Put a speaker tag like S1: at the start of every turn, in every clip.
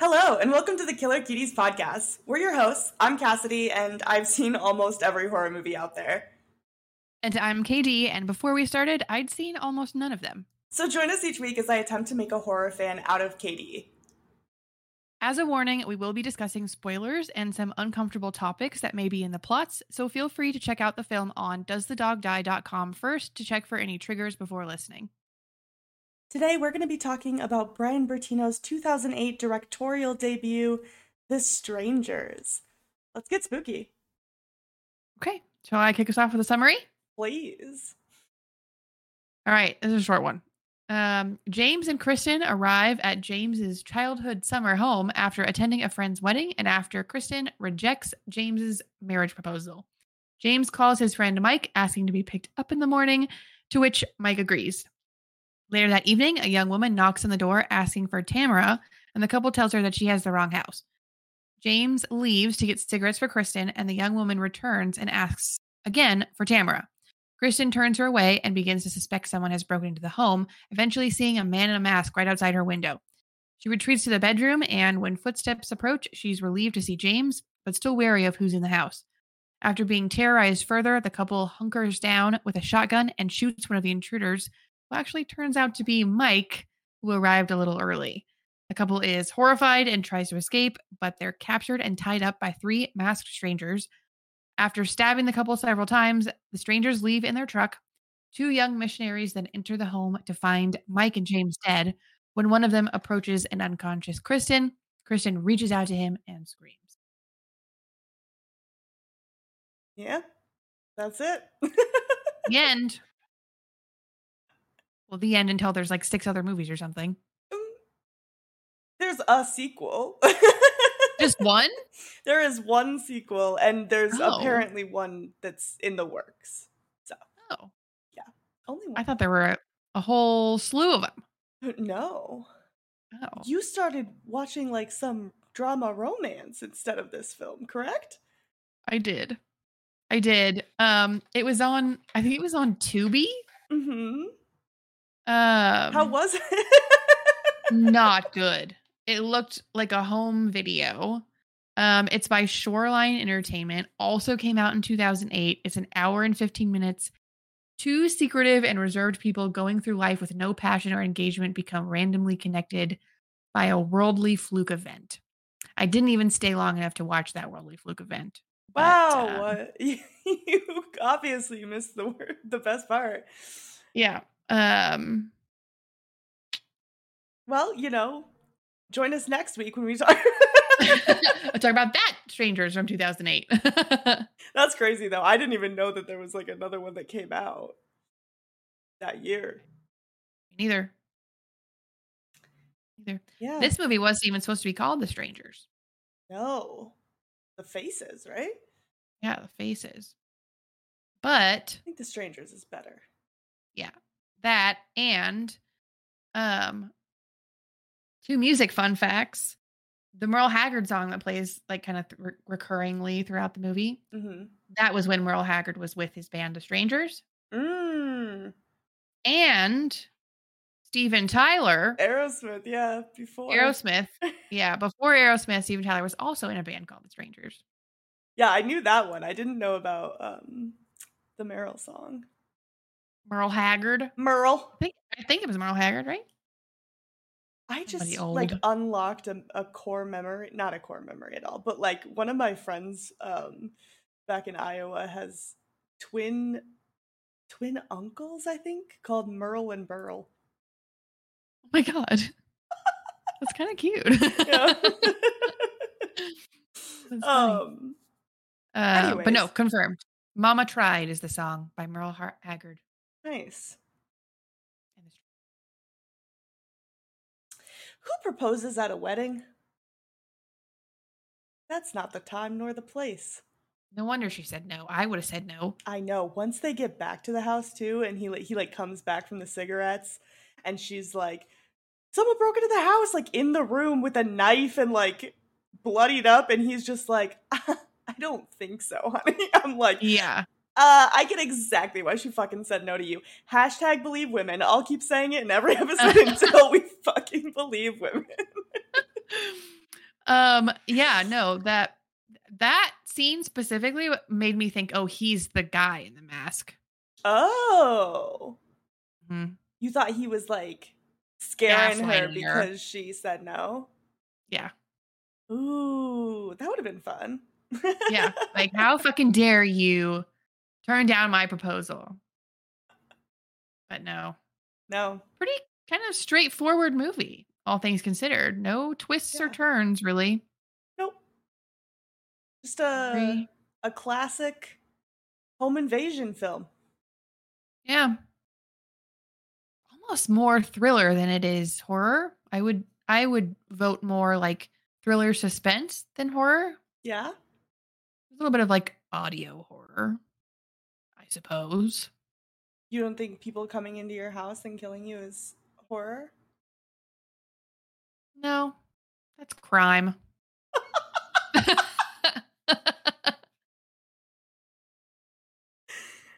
S1: Hello, and welcome to the Killer Cuties podcast. We're your hosts. I'm Cassidy, and I've seen almost every horror movie out there.
S2: And I'm KD, and before we started, I'd seen almost none of them.
S1: So join us each week as I attempt to make a horror fan out of Katie.
S2: As a warning, we will be discussing spoilers and some uncomfortable topics that may be in the plots, so feel free to check out the film on doesthedogdie.com first to check for any triggers before listening.
S1: Today, we're going to be talking about Brian Bertino's 2008 directorial debut, The Strangers. Let's get spooky,
S2: Okay, shall I kick us off with a summary?
S1: please.
S2: All right, this is a short one. Um, James and Kristen arrive at James's childhood summer home after attending a friend's wedding and after Kristen rejects James's marriage proposal. James calls his friend Mike asking to be picked up in the morning, to which Mike agrees. Later that evening, a young woman knocks on the door asking for Tamara, and the couple tells her that she has the wrong house. James leaves to get cigarettes for Kristen, and the young woman returns and asks again for Tamara. Kristen turns her away and begins to suspect someone has broken into the home, eventually seeing a man in a mask right outside her window. She retreats to the bedroom, and when footsteps approach, she's relieved to see James, but still wary of who's in the house. After being terrorized further, the couple hunkers down with a shotgun and shoots one of the intruders, who actually turns out to be Mike, who arrived a little early. The couple is horrified and tries to escape, but they're captured and tied up by three masked strangers after stabbing the couple several times, the strangers leave in their truck. Two young missionaries then enter the home to find Mike and James dead when one of them approaches an unconscious Kristen. Kristen reaches out to him and screams.
S1: Yeah, that's it.
S2: The end. Well, the end until there's like six other movies or something.
S1: There's a sequel.
S2: Just one?
S1: there is one sequel, and there's
S2: Oh.
S1: apparently one that's in the works.
S2: Oh,
S1: Only one.
S2: I thought there were a, a whole slew of them.
S1: no.
S2: Oh,
S1: You started watching like some drama romance instead of this film, correct?
S2: I did. I did. Um, it was on. I think it was on Tubi.
S1: Mm-hmm.
S2: Um,
S1: How was it?
S2: not good. It looked like a home video. Um, it's by Shoreline Entertainment. Also came out in 2008. It's an hour and 15 minutes. Two secretive and reserved people going through life with no passion or engagement become randomly connected by a worldly fluke event. I didn't even stay long enough to watch that worldly fluke event. but,
S1: wow,
S2: um,
S1: you obviously missed the word, the best part.
S2: yeah. Um,
S1: Well, you know, join us next week when we talk.
S2: I'll talk about that, Strangers from 2008.
S1: That's crazy though. I didn't even know that there was like another one that came out that year.
S2: Neither. Neither.
S1: Yeah.
S2: This movie wasn't even supposed to be called The Strangers.
S1: no. The faces, right? I
S2: Yeah, the faces. But
S1: think The Strangers is better.
S2: that and um two music fun facts. The Merle Haggard song that plays like kind of th- re- recurringly throughout the movie.
S1: Mm-hmm.
S2: That was when Merle Haggard was with his band The Strangers
S1: Mm.
S2: and Steven Tyler,
S1: Aerosmith, yeah, before
S2: Aerosmith. Yeah, before Aerosmith, Steven Tyler was also in a band called The Strangers.
S1: Yeah, I knew that one. I didn't know about um the Merrill song.
S2: Merle Haggard.
S1: Merle.
S2: I think I think it was Merle Haggard, right? Oh
S1: I
S2: Somebody
S1: just like
S2: old.
S1: unlocked a, a core memory, not a core memory at all, but like one of my friends um back in Iowa has twin twin uncles, I think, called Merle and Burl.
S2: Oh my god. That's kind of cute.
S1: Yeah.
S2: That's funny.
S1: um
S2: Uh, but no,
S1: anyways.
S2: confirmed. Mama Tried is the song by Merle Har- Haggard.
S1: nice.
S2: and the Str-
S1: Who proposes at a wedding? That's not the time nor the place.
S2: No wonder she said no. I would have said no.
S1: I know. Once they get back to the house too, and he like he like comes back from the cigarettes, and she's like, "Someone broke into the house, like in the room with a knife and like bloodied up," and he's just like, "I don't think so, honey." I'm like,
S2: Yeah.
S1: "Uh, I get exactly why she fucking said no to you." Hashtag believe women. I'll keep saying it in every episode until we fucking believe women.
S2: Um, yeah, no, that that scene specifically made me think, oh, he's the guy in the mask.
S1: Oh,
S2: Mhm.
S1: you thought he was like scaring her
S2: Gaslighting her.
S1: because she said no.
S2: Yeah.
S1: Ooh, that would have been fun.
S2: Yeah. like, how fucking dare you turn down my proposal? But no.
S1: no.
S2: Pretty kind of straightforward movie, all things considered. No twists or
S1: Yeah.
S2: turns, really.
S1: Nope. Just a
S2: Agree.
S1: a classic home invasion film.
S2: Yeah. Almost more thriller than it is horror. I would I would vote more like thriller suspense than horror.
S1: Yeah.
S2: A little bit of like audio horror, I suppose.
S1: You don't think people coming into your house and killing you is horror?
S2: No, that's crime.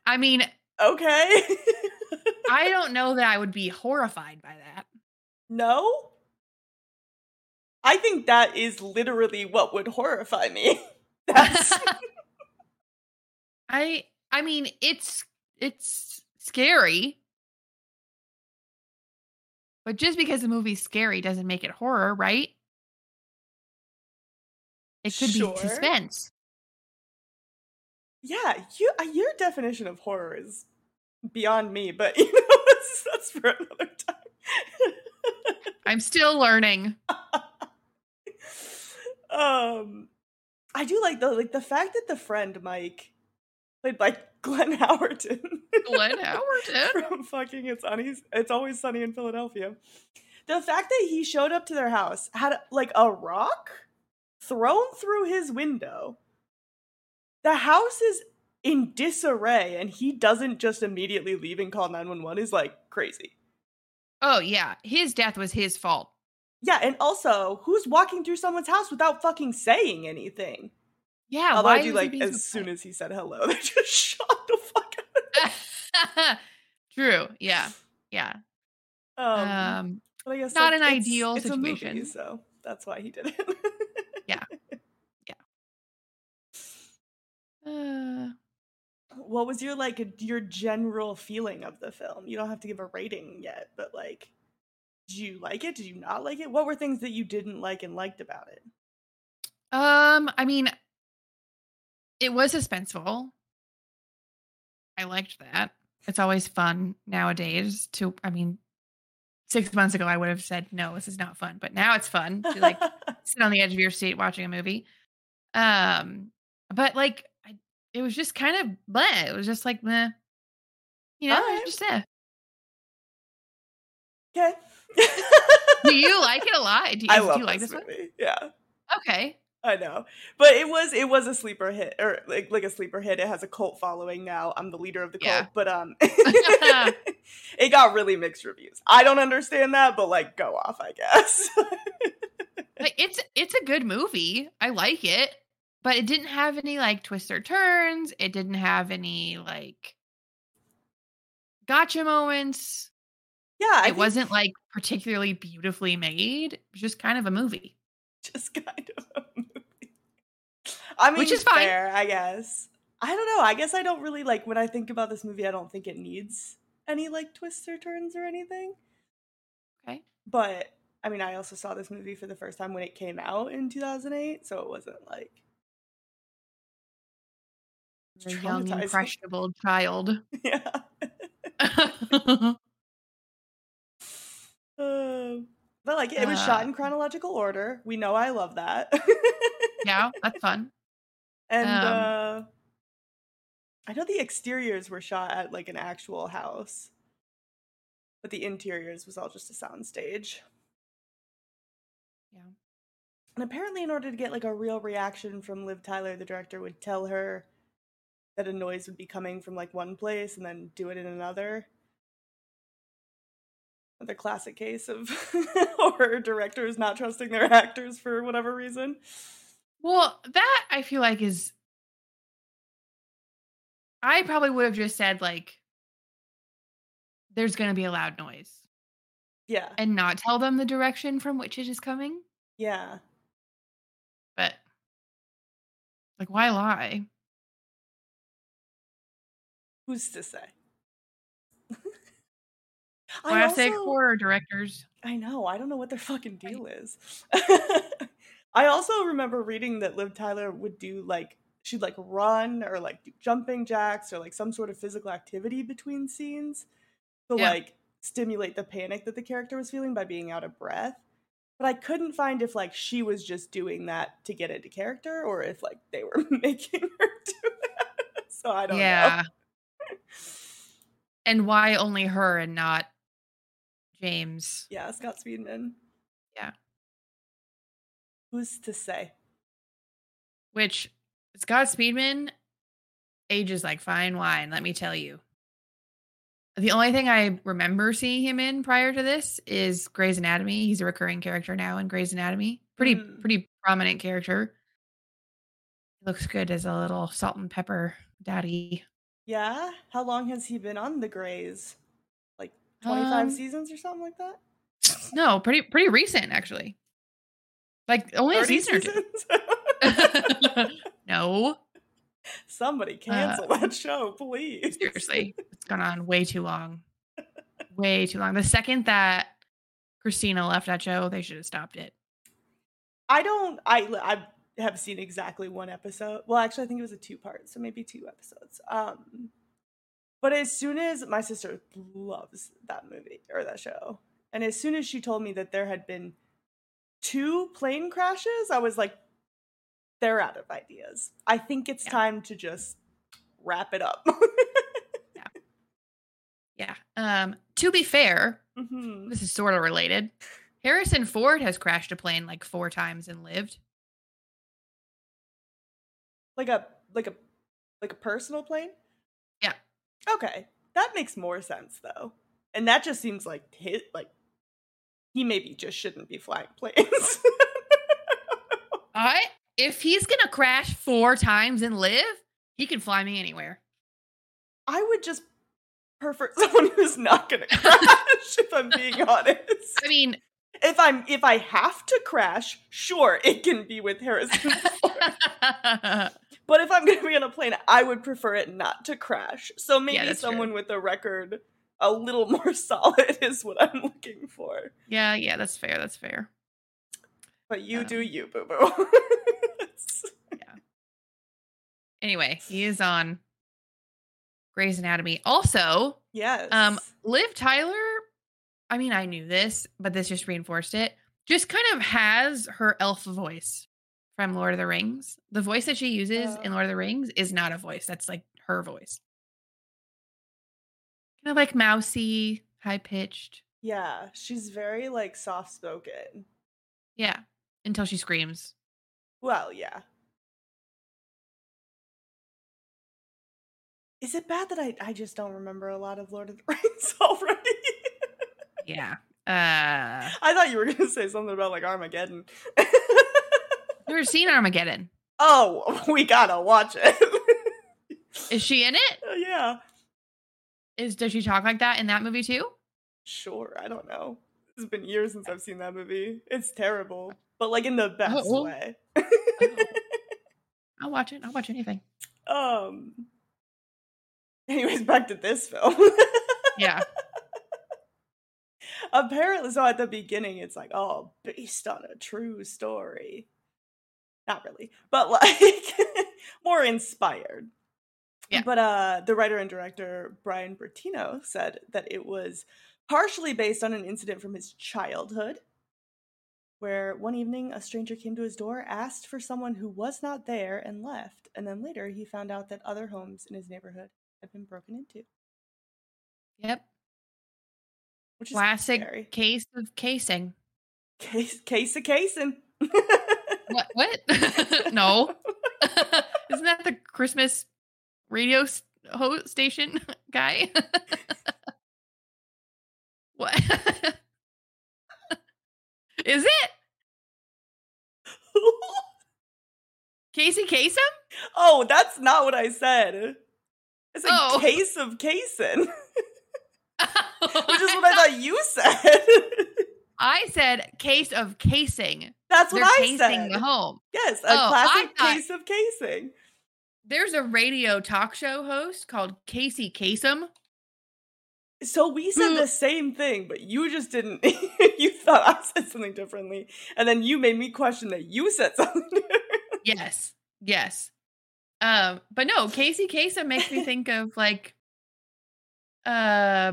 S2: I mean,
S1: Okay.
S2: I don't know that I would be horrified by that.
S1: no. I think that is literally what would horrify me. That's
S2: I I mean, it's it's scary. But just because the movie's scary doesn't make it horror, right? It could
S1: Sure.
S2: be suspense.
S1: yeah. You uh, your definition of horror is beyond me, but you know that's, that's for another time.
S2: I'm still learning.
S1: um I do like though, like the fact that the friend Mike played by Glenn Howerton.
S2: Glenn Howerton.
S1: from fucking it's sunny it's always sunny in Philadelphia. The fact that he showed up to their house had like a rock thrown through his window. The house is in disarray and he doesn't just immediately leave and call 911 is like crazy.
S2: Oh yeah, his death was his fault.
S1: Yeah, and also, who's walking through someone's house without fucking saying anything?
S2: Yeah,
S1: Although
S2: why
S1: I do like as soon as he said hello, they just shot the fuck
S2: as true. Yeah, yeah.
S1: out.
S2: Um,
S1: Um, but I guess
S2: not
S1: like,
S2: an
S1: it's-
S2: ideal
S1: it's a movie,
S2: situation.
S1: so that's why he did it.
S2: uh,
S1: what was your like your general feeling of the film you don't have to give a rating yet but like did you like it did you not like it what were things that you didn't like and liked about it
S2: um, I mean, it was suspenseful. I liked that. It's always fun nowadays. To I mean, six months ago I would have said no, this is not fun, but now it's fun. To, like sit on the edge of your seat watching a movie. Um, but like, I, it was just kind of bleh. It was just like meh. You know, it was
S1: Alright.
S2: just eh.
S1: okay
S2: "Eh." Do you like it a lot? Do you,
S1: i
S2: do
S1: love
S2: you like
S1: this
S2: this
S1: movie yeah
S2: one? Okay.
S1: i know but it was it was a sleeper hit or like like a sleeper hit it has a cult following now i'm the leader of the cult
S2: Yeah.
S1: but um it got really mixed reviews i don't understand that but like go off i guess
S2: Like it's it's a good movie. I like it, but it didn't have any like twists or turns. It didn't have any like gotcha moments.
S1: yeah I
S2: it
S1: think-
S2: wasn't like particularly beautifully made. It was just kind of a movie.
S1: just kind of a movie. I mean,
S2: Which is fine.
S1: fair, I guess. I don't know. I guess I don't really like when I think about this movie. I don't think it needs any like twists or turns or anything.
S2: Okay.
S1: But I mean, I also saw this movie for the first time when it came out in 2008, so it wasn't like
S2: A young
S1: traumatizing.
S2: impressionable child.
S1: yeah. Um, but like it was shot in
S2: Um.
S1: chronological order. We know I love that.
S2: yeah, that's fun.
S1: And
S2: Um,
S1: uh, I know the exteriors were shot at like an actual house, but the interiors was all just a soundstage.
S2: Yeah.
S1: And apparently, in order to get like a real reaction from Liv Tyler, the director would tell her that a noise would be coming from like one place and then do it in another. Another classic case of horror directors not trusting their actors for whatever reason.
S2: Well, that I feel like is I probably would have just said like there's going to be a loud noise
S1: Yeah,
S2: and not tell them the direction from which it is coming.
S1: yeah.
S2: But like, why lie?
S1: Who's to say? I
S2: Classic
S1: also-
S2: horror directors.
S1: I know. I don't know what their fucking
S2: Right.
S1: deal is. I also remember reading that Liv Tyler would do like she'd like run or like do jumping jacks or like some sort of physical activity between scenes to
S2: Yeah.
S1: like stimulate the panic that the character was feeling by being out of breath. But I couldn't find if like she was just doing that to get into character or if like they were making her do that. So I don't know.
S2: Yeah. And why only her and not James?
S1: Yeah, Scott Speedman.
S2: Yeah.
S1: Who's to say?
S2: Which Scott Speedman ages like fine wine, let me tell you. The only thing I remember seeing him in prior to this is Grey's Anatomy. He's a recurring character now in Grey's Anatomy. Pretty
S1: Mm.
S2: pretty prominent character. He looks good as a little salt and pepper daddy.
S1: Yeah. How long has he been on the Grays? Like 25
S2: Um,
S1: seasons or something like that?
S2: No, pretty pretty recent actually. Like only a
S1: 30
S2: season or two.
S1: seasons?
S2: No,
S1: Somebody cancel that show, please.
S2: Uh, seriously, it's gone on way too long, way too long. The second that Christina left that show, they should have stopped it.
S1: I don't, I, I have seen exactly one episode. Well, actually, I think it was a two part, so maybe two episodes. Um, but as soon as my sister loves that movie or that show, and as soon as she told me that there had been two plane crashes, I was like, they're out of ideas. I think it's
S2: Yeah.
S1: time to just wrap it up.
S2: Yeah. Um. To be fair,
S1: Mhm.
S2: this is sort of related. Harrison Ford has crashed a plane like four times and lived.
S1: Like a like a like a personal plane?
S2: Yeah.
S1: Okay. That makes more sense though. And that just seems like hit like he maybe just shouldn't be flying planes.
S2: I if he's gonna crash four times and live, he can fly me anywhere.
S1: I would just prefer someone who's not gonna crash, if I'm being honest.
S2: I mean,
S1: If I'm if I have to crash, sure, it can be with Harrison. but if I'm gonna be on a plane, I would prefer it not to crash. So maybe
S2: that's true.
S1: someone with a record a little more solid is what I'm looking for.
S2: yeah, yeah, that's fair. That's fair.
S1: But you do
S2: Um,
S1: you, boo boo.
S2: Anyway, he is on Grey's Anatomy. Also,
S1: yes.
S2: Um, Liv Tyler, I mean, I knew this, but this just reinforced it. Just kind of has her elf voice from Lord of the Rings. The voice that she uses
S1: Oh.
S2: in Lord of the Rings is not a voice. That's like her voice. Kind of like mousy, high pitched.
S1: yeah, she's very like soft spoken.
S2: Yeah. Until she screams.
S1: Well, yeah. Is it bad that I, I just don't remember a lot of Lord of the Rings already?
S2: Yeah. Uh
S1: I thought you were gonna say something about like Armageddon.
S2: never seen Armageddon.
S1: oh, we gotta watch it.
S2: Is she in it?
S1: Oh, yeah,
S2: Is does she talk like that in that movie too?
S1: sure. I don't know. It's been years since I've seen that movie. It's terrible, but like in the best
S2: Uh-oh.
S1: way.
S2: I'll watch it. I'll watch anything.
S1: Um. Anyways, back to this film.
S2: Yeah.
S1: Apparently, so at the beginning, it's like, oh, based on a true story. Not really, but like more inspired.
S2: Yeah.
S1: But uh, the writer and director Brian Bertino said that it was partially based on an incident from his childhood, where one evening a stranger came to his door, asked for someone who was not there, and left. And then later, he found out that other homes in his neighborhood had been broken into,
S2: Yep.
S1: which is
S2: Classic
S1: scary.
S2: case of casing.
S1: Case, case of casing.
S2: What? What? no. Isn't that the Christmas radio s- ho- station guy? what? Is it Casey Kasem?
S1: oh, that's not what I said. It's a
S2: Oh.
S1: case of casing, which
S2: Which
S1: is what I thought you said.
S2: I said case of casing.
S1: That's
S2: They're
S1: what I
S2: casing
S1: said.
S2: the home.
S1: Yes, a
S2: Oh, I
S1: classic
S2: thought-
S1: case of casing.
S2: There's a radio talk show host called Casey Kasem.
S1: So we said
S2: Who-
S1: the same thing, but you just didn't. you thought I said something differently, and then you made me question that you said something. different.
S2: Yes. Yes. Um, but no, Casey Kasem makes me think of like uh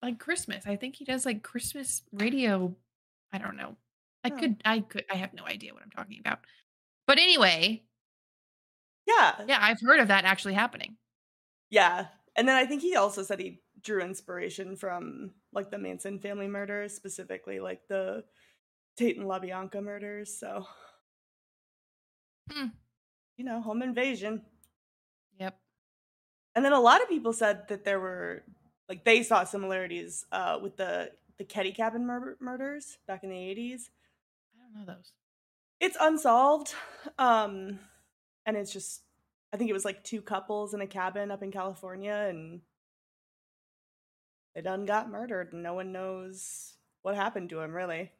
S2: like Christmas. I think he does like Christmas radio. I don't know. I
S1: Oh.
S2: could I could I have no idea what I'm talking about. But anyway,
S1: yeah,
S2: yeah, I've heard of that actually happening.
S1: yeah. And then I think he also said he drew inspiration from like the Manson family murders, specifically like the Tate and LaBianca murders. So,
S2: Hmm.
S1: you know, home invasion.
S2: Yep.
S1: And then a lot of people said that there were like they saw similarities uh, with the the Ketty Cabin mur- murders back in the eighties.
S2: I don't know those.
S1: it's unsolved um and it's just i think it was like two couples in a cabin up in california and they done got murdered and no one knows what happened to him really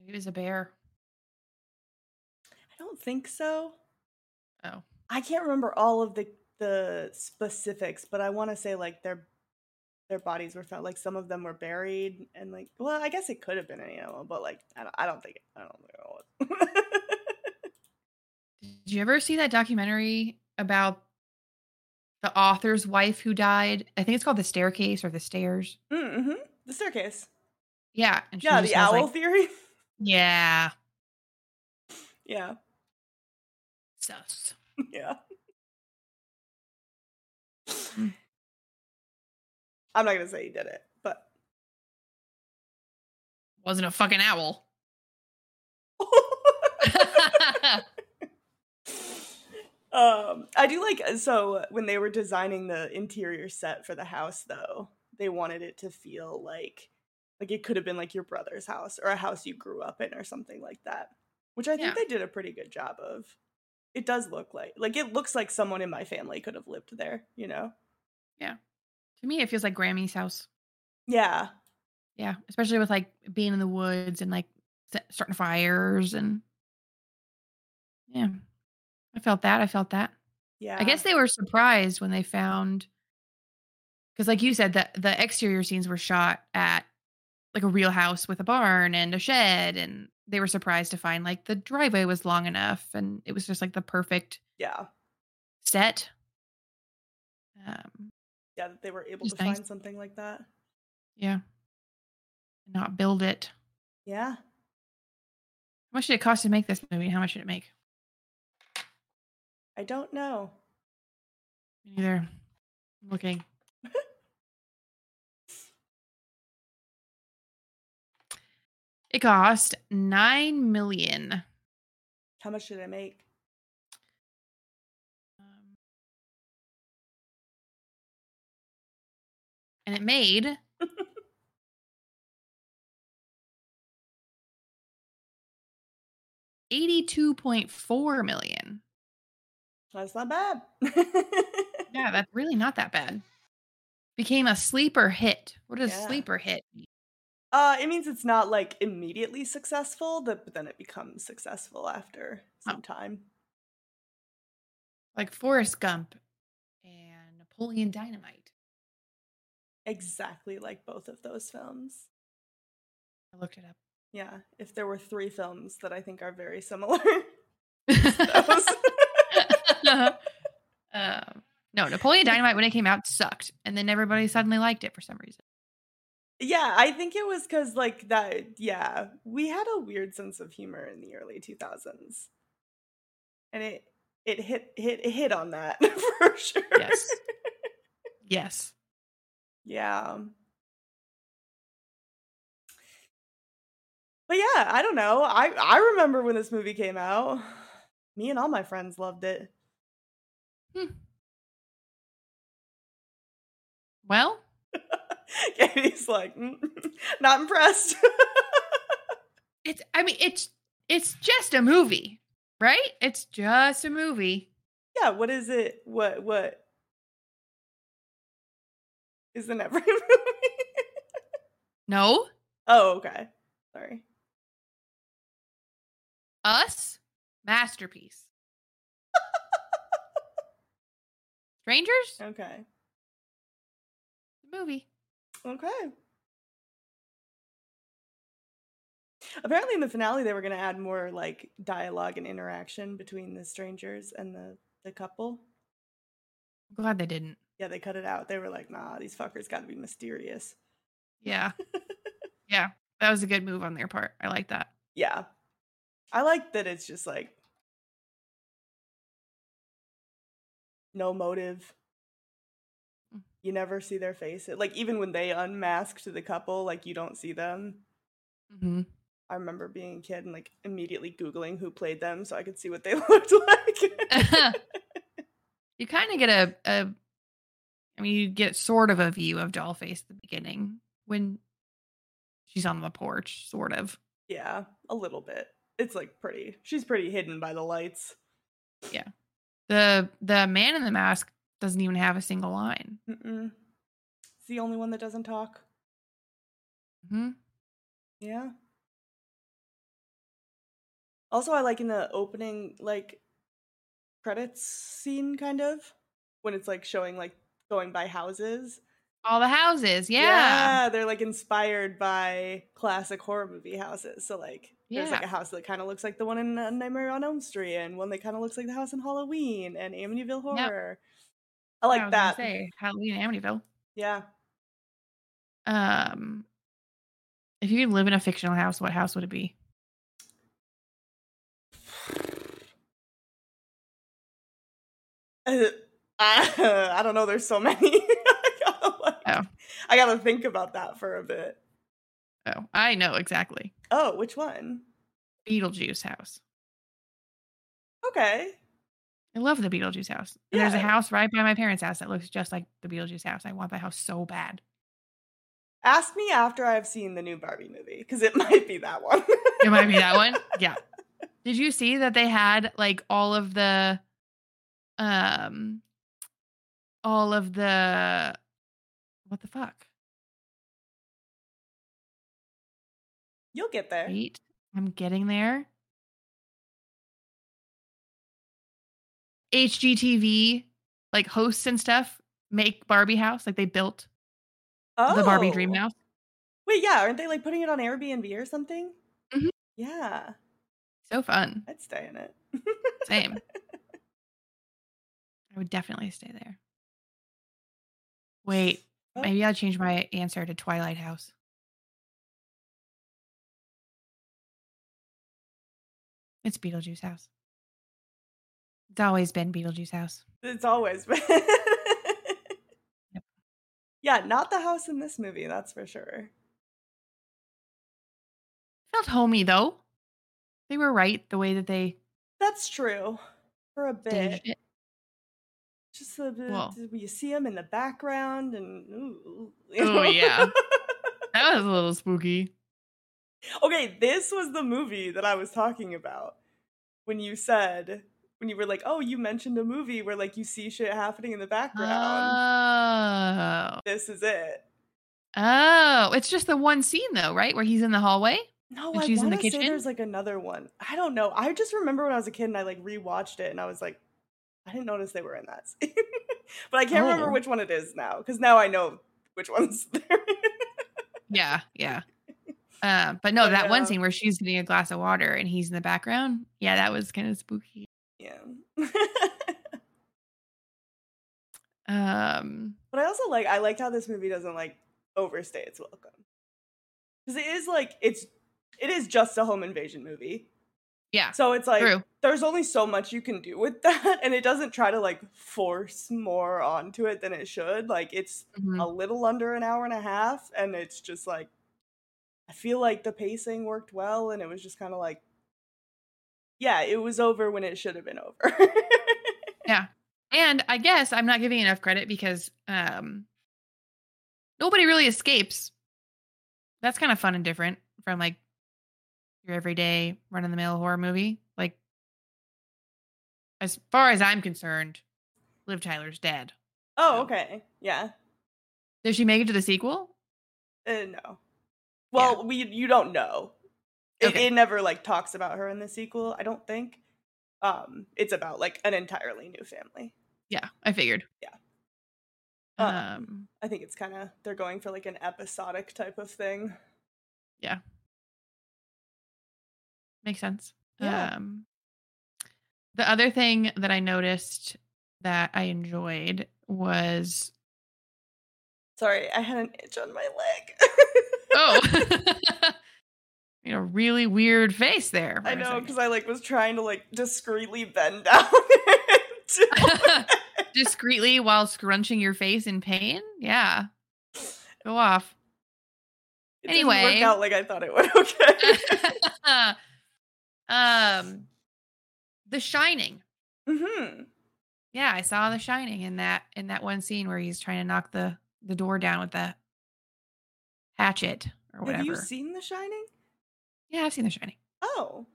S2: Maybe it was a bear.
S1: i don't think so
S2: Oh.
S1: i can't remember all of the the specifics but i want to say like their their bodies were found like some of them were buried and like well i guess it could have been an animal but like i don't, I don't think i don't know
S2: Did you ever see that documentary about the author's wife who died? I think it's called The Staircase or The Stairs.
S1: mm-hmm. the staircase
S2: Yeah. And she
S1: yeah
S2: just
S1: the
S2: has,
S1: owl
S2: like-
S1: theory
S2: yeah.
S1: yeah
S2: Sus.
S1: Yeah.
S2: Mm.
S1: I'm not gonna say he did it, but
S2: Wasn't a fucking owl.
S1: um, I do like so uh, when they were designing the interior set for the house, though they wanted it to feel like like it could have been like your brother's house or a house you grew up in or something like that, which I think
S2: Yeah.
S1: they did a pretty good job of. It does look like like it looks like someone in my family could have lived there, you know?
S2: to me, it feels like Grammy's house.
S1: Yeah,
S2: Yeah. Especially with like being in the woods and like set- starting fires and yeah. I felt that. I felt that.
S1: yeah.
S2: I guess they were surprised when they found because like you said the the exterior scenes were shot at like a real house with a barn and a shed and they were surprised to find like the driveway was long enough and it was just like the perfect
S1: yeah,
S2: set. Um
S1: yeah, that they were able
S2: Just
S1: to
S2: nice.
S1: find something like that.
S2: yeah. Not build it.
S1: Yeah.
S2: How much did it cost to make this movie? How much did it make?
S1: I don't know.
S2: Me neither. I'm looking. it cost nine million.
S1: How much did I make?
S2: Um, and it made eighty-two point four million.
S1: That's not bad.
S2: Yeah, that's really not that bad. Became a sleeper hit. What does
S1: Yeah.
S2: sleeper hit mean?
S1: uh, it means it's not like immediately successful, that- but then it becomes successful after some
S2: Oh.
S1: time.
S2: like Forrest Gump and Napoleon Dynamite.
S1: Exactly like both of those films.
S2: I looked it up.
S1: Yeah, if there were three films that I think are very similar. those.
S2: um, no, Napoleon Dynamite when it came out sucked, and then everybody suddenly liked it for some reason.
S1: yeah, I think it was because, like, that, yeah, we had a weird sense of humor in the early 2000s. And it, it hit hit it hit on that for sure.
S2: Yes, yes.
S1: Yeah. But yeah, I don't know. I I remember when this movie came out. Me and all my friends loved it.
S2: Well,
S1: Katie's like, "Mm, not impressed.
S2: it's. I mean, it's. It's just a movie, right? It's just a movie.
S1: yeah, what is it? What what isn't every movie?
S2: No?
S1: Oh, okay. Sorry.
S2: Us? Masterpiece. Strangers?
S1: Okay.
S2: The movie.
S1: Okay. Apparently, in the finale, they were going to add more like dialogue and interaction between the strangers and the the couple.
S2: I'm glad they didn't.
S1: Yeah, they cut it out. They were like, "Nah, these fuckers got to be mysterious."
S2: Yeah. yeah. That was a good move on their part. I like that.
S1: Yeah, I like that. It's just like no motive. You never see their face. It- Like even when they unmasked the couple, like you don't see them.
S2: hmm
S1: I remember being a kid and like immediately googling who played them so I could see what they looked like.
S2: you kind of get a, a, I mean, you get sort of a view of Dollface at the beginning when she's on the porch, sort of.
S1: yeah, a little bit. It's like pretty. She's pretty hidden by the lights.
S2: The the man in the mask doesn't even have a single line.
S1: Mm-mm. It's the only one that doesn't talk. Mm-hmm.
S2: hmm
S1: Yeah. Also, I like in the opening, like, credits scene, kind of, when it's like showing, like, going by houses.
S2: All the houses, yeah.
S1: Yeah, they're like inspired by classic horror movie houses. So, like, there's like
S2: Yeah.
S1: a house that kind of looks like the one in uh, Nightmare on Elm Street, and one that kind of looks like the house in Halloween and Amityville Horror. I like
S2: I was gonna
S1: that.
S2: Say Halloween in Amityville.
S1: Yeah.
S2: Um, if you could live in a fictional house, what house would it be?
S1: Uh, I, I don't know. There's so many. I gotta like,
S2: Oh.
S1: I gotta think about that for a bit.
S2: Oh, I know exactly.
S1: Oh, which one?
S2: Beetlejuice house.
S1: Okay.
S2: I love the Beetlejuice house. And There's a
S1: Yeah.
S2: house right by my parents' house that looks just like the Beetlejuice house. I want that house so bad.
S1: Ask me after I've seen the new Barbie movie because it might be that one.
S2: It might be that one. Yeah. Did you see that they had like all of the um all of the what the fuck?
S1: You'll get there.
S2: Wait, I'm getting there. HGTV like hosts and stuff make Barbie house like they built
S1: Oh,
S2: the Barbie dream house.
S1: Wait, yeah, aren't they like putting it on Airbnb or something?
S2: Mhm.
S1: Yeah,
S2: So fun.
S1: I'd stay in it.
S2: Same. I would definitely stay there. Wait,
S1: Oh.
S2: maybe I'll change my answer to Twilight House. It's Beetlejuice House. It's always been Beetlejuice House.
S1: It's always been. Yeah, not the house in this movie, that's for sure.
S2: Felt homey though. They were right the way that they
S1: That's true. For a bit.
S2: staged it.
S1: just the, the-
S2: Well.
S1: the- you see them in the background and ooh, you
S2: Oh
S1: know?
S2: yeah, that was a little spooky.
S1: okay this was the movie that i was talking about when you said when you were like oh you mentioned a movie where like you see shit happening in the
S2: Uh
S1: background
S2: Oh,
S1: this is it
S2: oh, it's just the one scene though, right? Where he's in the hallway.
S1: no
S2: And
S1: i
S2: she's in the
S1: want to say
S2: kitchen?
S1: there's like another one i don't know i just remember when i was a kid and i like rewatched it and i was like i didn't notice they were in that scene but i can't remember
S2: Oh.
S1: which one it is now because now i know which one's there
S2: Yeah, yeah. Uh, but no,
S1: But
S2: that
S1: yeah.
S2: one scene where she's getting a glass of water and he's in the background. Yeah, that was kind of spooky.
S1: yeah
S2: Um,
S1: But I also like I liked how this movie doesn't like overstay its welcome. Cuz it is like it's it is just a home invasion movie.
S2: yeah,
S1: So it's like
S2: true.
S1: there's only so much you can do with that and it doesn't try to like force more onto it than it should. Like it's
S2: Mhm.
S1: a little under an hour and a half and it's just like I feel like the pacing worked well and it was just kind of like yeah, it was over when it should have been over.
S2: And I guess I'm not giving enough credit because um, nobody really escapes. That's kind of fun and different from like your everyday run of the mill horror movie. Like, as far as I'm concerned, Liv Tyler's dead.
S1: oh,
S2: No.
S1: okay. Yeah.
S2: Does she make it to the sequel?
S1: Uh, no. Well, we you don't know. It,
S2: Okay.
S1: it never like talks about her in the sequel. I don't think. Um, it's about like an entirely new family.
S2: Yeah, I figured.
S1: Yeah. Uh,
S2: Um,
S1: I think it's kind of they're going for like an episodic type of thing.
S2: makes sense.
S1: Yeah.
S2: Um, the other thing that I noticed that I enjoyed was
S1: Sorry, I had an itch on my leg.
S2: oh, you know, really weird face there. for
S1: I
S2: a
S1: know
S2: second.
S1: because I like was trying to like discreetly bend down.
S2: discreetly while scrunching your face in pain. Yeah, go off.
S1: It didn't work
S2: Anyway.
S1: out like I thought it would. Okay.
S2: um, The Shining.
S1: hmm
S2: Yeah, I saw The Shining in that in that one scene where he's trying to knock the the door down with the hatchet or whatever.
S1: Have you seen The Shining?
S2: yeah, I've seen The Shining.
S1: Oh.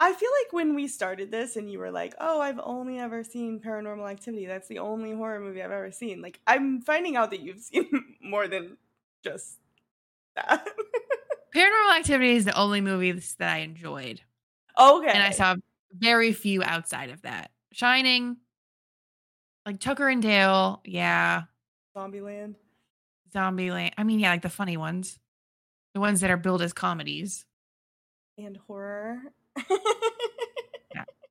S1: I feel like when we started this and you were like, oh, I've only ever seen Paranormal Activity. That's the only horror movie I've ever seen. Like, I'm finding out that you've seen more than just that.
S2: Paranormal Activity is the only movie that's- that I enjoyed,
S1: okay.
S2: and I saw very few outside of that. Shining, like Tucker and Dale, yeah,
S1: Zombieland.
S2: Zombie Land. I mean, yeah, like the funny ones, the ones that are billed as comedies.
S1: and horror.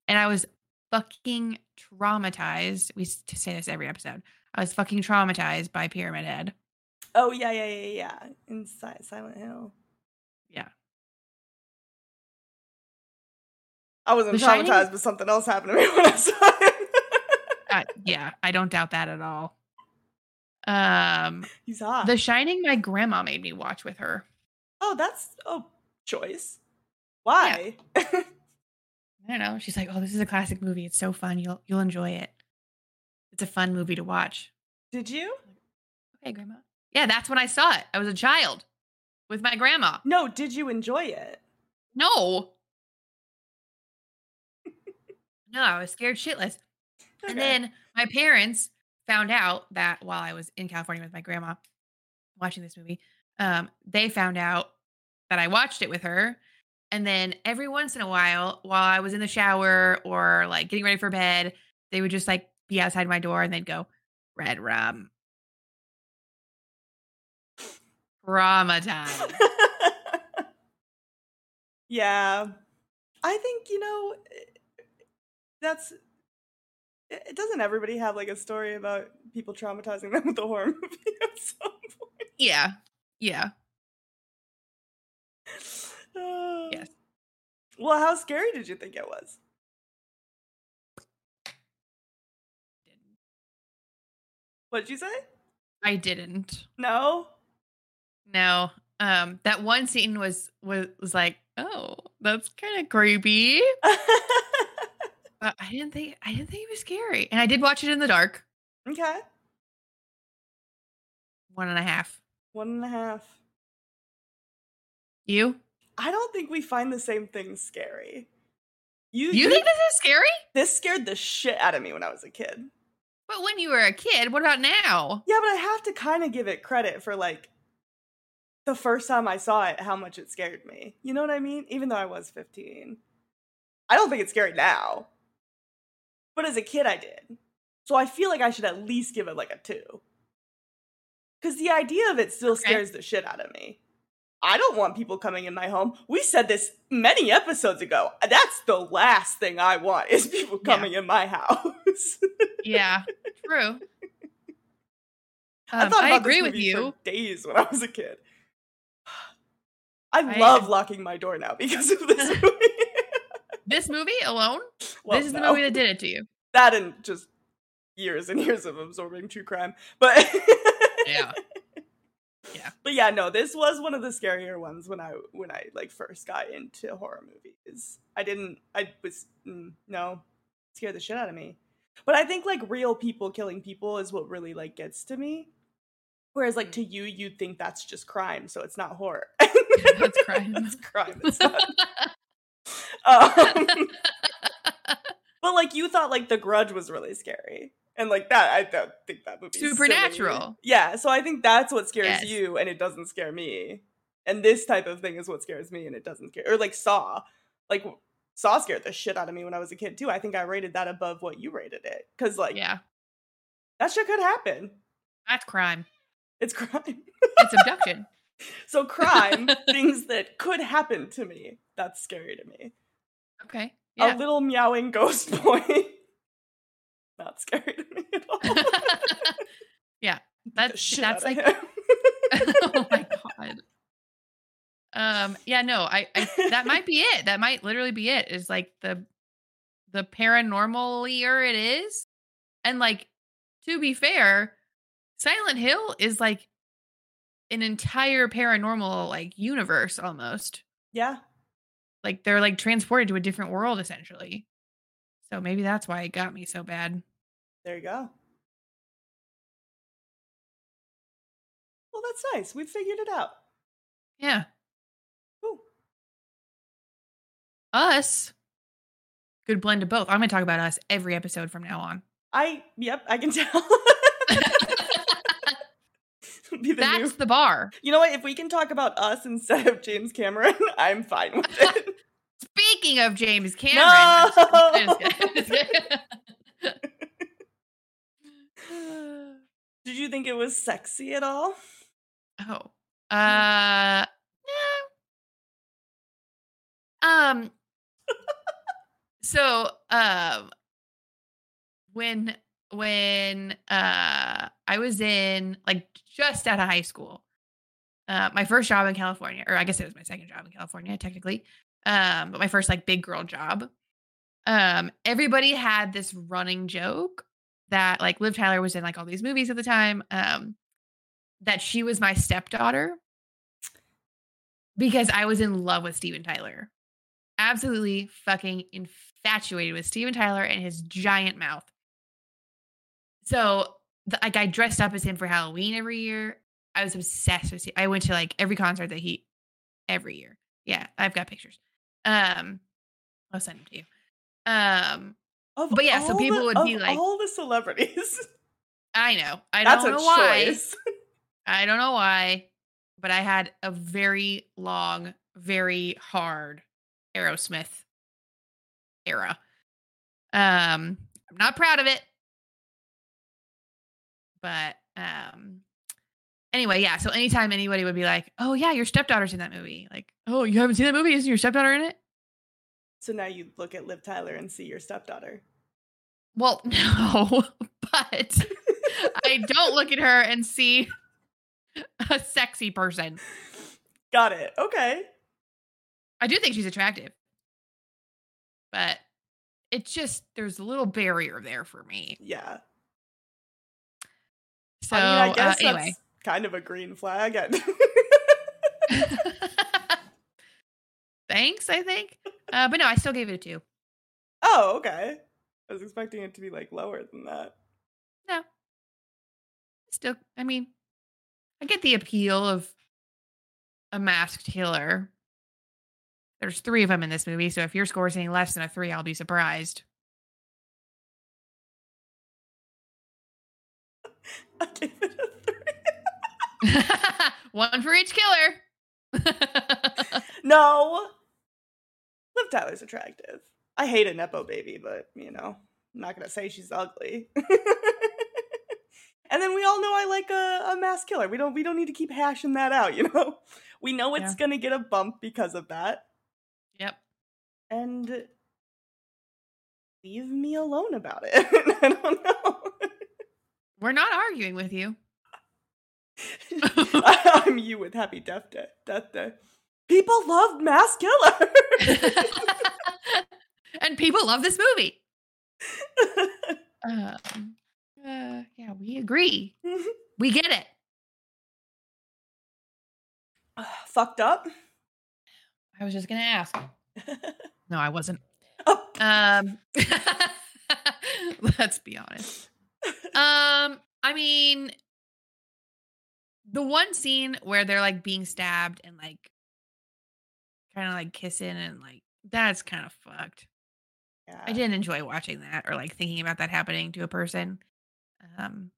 S2: and I was fucking traumatized. We s- to say this every episode. I was fucking traumatized by Pyramid Head.
S1: oh yeah, yeah, yeah, yeah. In Si- Silent Hill.
S2: Yeah.
S1: I wasn't
S2: The
S1: traumatized,
S2: Shining-
S1: but something else happened to me when I saw it.
S2: I- yeah, I don't doubt that at all. Um,
S1: He's hot.
S2: The Shining, my grandma made me watch with her.
S1: oh, that's a choice. Why?
S2: I don't know. She's like, "Oh, this is a classic movie. It's so fun. You'll you'll enjoy it. It's a fun movie to watch."
S1: Did you?
S2: Okay, grandma. Yeah, that's when I saw it. I was a child with my grandma.
S1: No, did you enjoy it?
S2: No. No, I was scared shitless.
S1: Okay.
S2: And then my parents found out that while I was in California with my grandma watching this movie, um, they found out that I watched it with her. And then every once in a while, while I was in the shower or like getting ready for bed, they would just like be outside my door and they'd go, Red Rum. Traumatized.
S1: yeah. I think, you know, eh, that's. It it- doesn't everybody have like a story about people traumatizing them with a horror movie at some
S2: yeah. Yeah.
S1: point? Uh,
S2: Yes.
S1: Well, how scary did you think it was? What'd you say?
S2: I didn't.
S1: No?
S2: No. Um, that one scene was was, was like, oh, that's kind of creepy. But I didn't think I didn't think it was scary. And I did watch it in the dark.
S1: okay.
S2: One and a half.
S1: One and a half.
S2: You?
S1: I don't think we find the same thing scary. You,
S2: You think this is scary?
S1: this scared the shit out of me when I was a kid.
S2: But when you were a kid, what about now?
S1: Yeah, but I have to kind of give it credit for like the first time I saw it, how much it scared me. You know what I mean? Even though I was 15. I don't think it's scary now. But as a kid, I did. So I feel like I should at least give it like a two. Because the idea of it still scares the shit out of me. I don't want people coming in my home. We said this many episodes ago. That's the last thing I want is people
S2: Yeah.
S1: coming in my house.
S2: Yeah. True. Um,
S1: I thought
S2: I,
S1: about
S2: agree
S1: this
S2: with
S1: movie for
S2: you.
S1: days when I was a kid. I
S2: I-
S1: love locking my door now because of this movie.
S2: This movie alone,
S1: Well,
S2: this is the
S1: no.
S2: movie that did it to you.
S1: that and just years and years of absorbing true crime. But
S2: Yeah.
S1: but yeah, no, this was one of the scarier ones when I when I like first got into horror movies. I didn't. I was mm, no scared the shit out of me. But I think like real people killing people is what really like gets to me. Whereas like
S2: Mm.
S1: to you, you'd think that's just crime, so it's not horror.
S2: That's crime.
S1: That's crime. It's not. um, but like you thought like The Grudge was really scary. And like that, I don't think that movie is
S2: Supernatural.
S1: silly. Yeah, so I think that's what scares
S2: Yes.
S1: you, and it doesn't scare me. And this type of thing is what scares me, and it doesn't scare. Or like Saw, like Saw scared the shit out of me when I was a kid too. I think I rated that above what you rated it, because like
S2: yeah,
S1: that shit could happen.
S2: that's crime.
S1: It's crime.
S2: It's abduction.
S1: So crime, things that could happen to me, that's scary to me.
S2: Okay. Yeah.
S1: A little meowing ghost boy, not scary to me at all. The
S2: that's
S1: shit
S2: that's
S1: outta
S2: like
S1: him.
S2: oh my god. Um. Yeah. No. I, I. That might be it. That might literally be it. Is like the, the paranormalier it is, and like, to be fair, Silent Hill is like, an entire paranormal like universe almost.
S1: yeah,
S2: Like they're like transported to a different world essentially. So maybe that's why it got me so bad.
S1: there you go. Well, that's nice. We figured it out.
S2: Yeah.
S1: Ooh.
S2: Us. Good blend of both. I'm going to talk about us every episode from now on.
S1: I yep, I can tell. Be the new-
S2: That's the bar.
S1: you know what? If we can talk about us instead of James Cameron, I'm fine with it.
S2: Speaking of James Cameron. I'm just- I'm just kidding. I'm just kidding.
S1: Did you think it was sexy at all?
S2: oh. Uh no. Um so um when when uh I was in like just out of high school, uh my first job in California, or I guess it was my second job in California technically, um, but my first like big girl job. Um, everybody had this running joke that like Liv Tyler was in like all these movies at the time, um, that she was my stepdaughter because I was in love with Steven Tyler. Absolutely fucking infatuated with Steven Tyler and his giant mouth. So, the, like, I dressed up as him for Halloween every year. I was obsessed with. Ste- I went to like every concert that he, every year. Yeah, I've got pictures. Um, I'll send them to you. Um,
S1: Of
S2: But yeah, so
S1: all
S2: people
S1: the-
S2: would be
S1: of
S2: like-
S1: all the celebrities.
S2: I know. I
S1: That's
S2: don't
S1: a
S2: know why.
S1: choice.
S2: I don't know why, but I had a very long, very hard Aerosmith era. Um, I'm not proud of it. But um anyway, yeah. So anytime anybody would be like, Oh yeah, your stepdaughter's in that movie. Like, oh, you haven't seen that movie? Isn't your stepdaughter in it?
S1: So now you look at Liv Tyler and see your stepdaughter.
S2: Well, no, but I don't look at her and see a sexy person.
S1: Got it. Okay.
S2: I do think she's attractive, but it's just there's a little barrier there for me.
S1: Yeah.
S2: So
S1: I mean, I
S2: uh,
S1: guess
S2: anyway,
S1: that's kind of a green flag. I-
S2: thanks. I think, uh, but no, I still gave it a two.
S1: oh, okay. I was expecting it to be like lower than that.
S2: Still, I mean, I get the appeal of a masked killer. There's three of them in this movie, so if your score is any less than a three, I'll be surprised.
S1: I gave it a three.
S2: One for each killer.
S1: No. Liv Tyler's attractive. I hate a Nepo baby, but you know, I'm not gonna say she's ugly. and then we all know I like a, a mass killer. We don't we don't need to keep hashing that out, you know? We know it's
S2: Yeah.
S1: gonna get a bump because of that.
S2: yep.
S1: And leave me alone about it. I don't know.
S2: We're not arguing with you.
S1: I, am you with Happy Death Day. Death Day. People love Mass Killer.
S2: and people love this movie. Um, uh, yeah, we agree. We get it.
S1: Fucked up.
S2: I was just gonna ask. No, I wasn't.
S1: Oh.
S2: Um, let's be honest. Um, I mean, the one scene where they're like being stabbed and like kind of like kissing and like that's kind of fucked.
S1: Yeah.
S2: I didn't enjoy watching that or like thinking about that happening to a person. Um,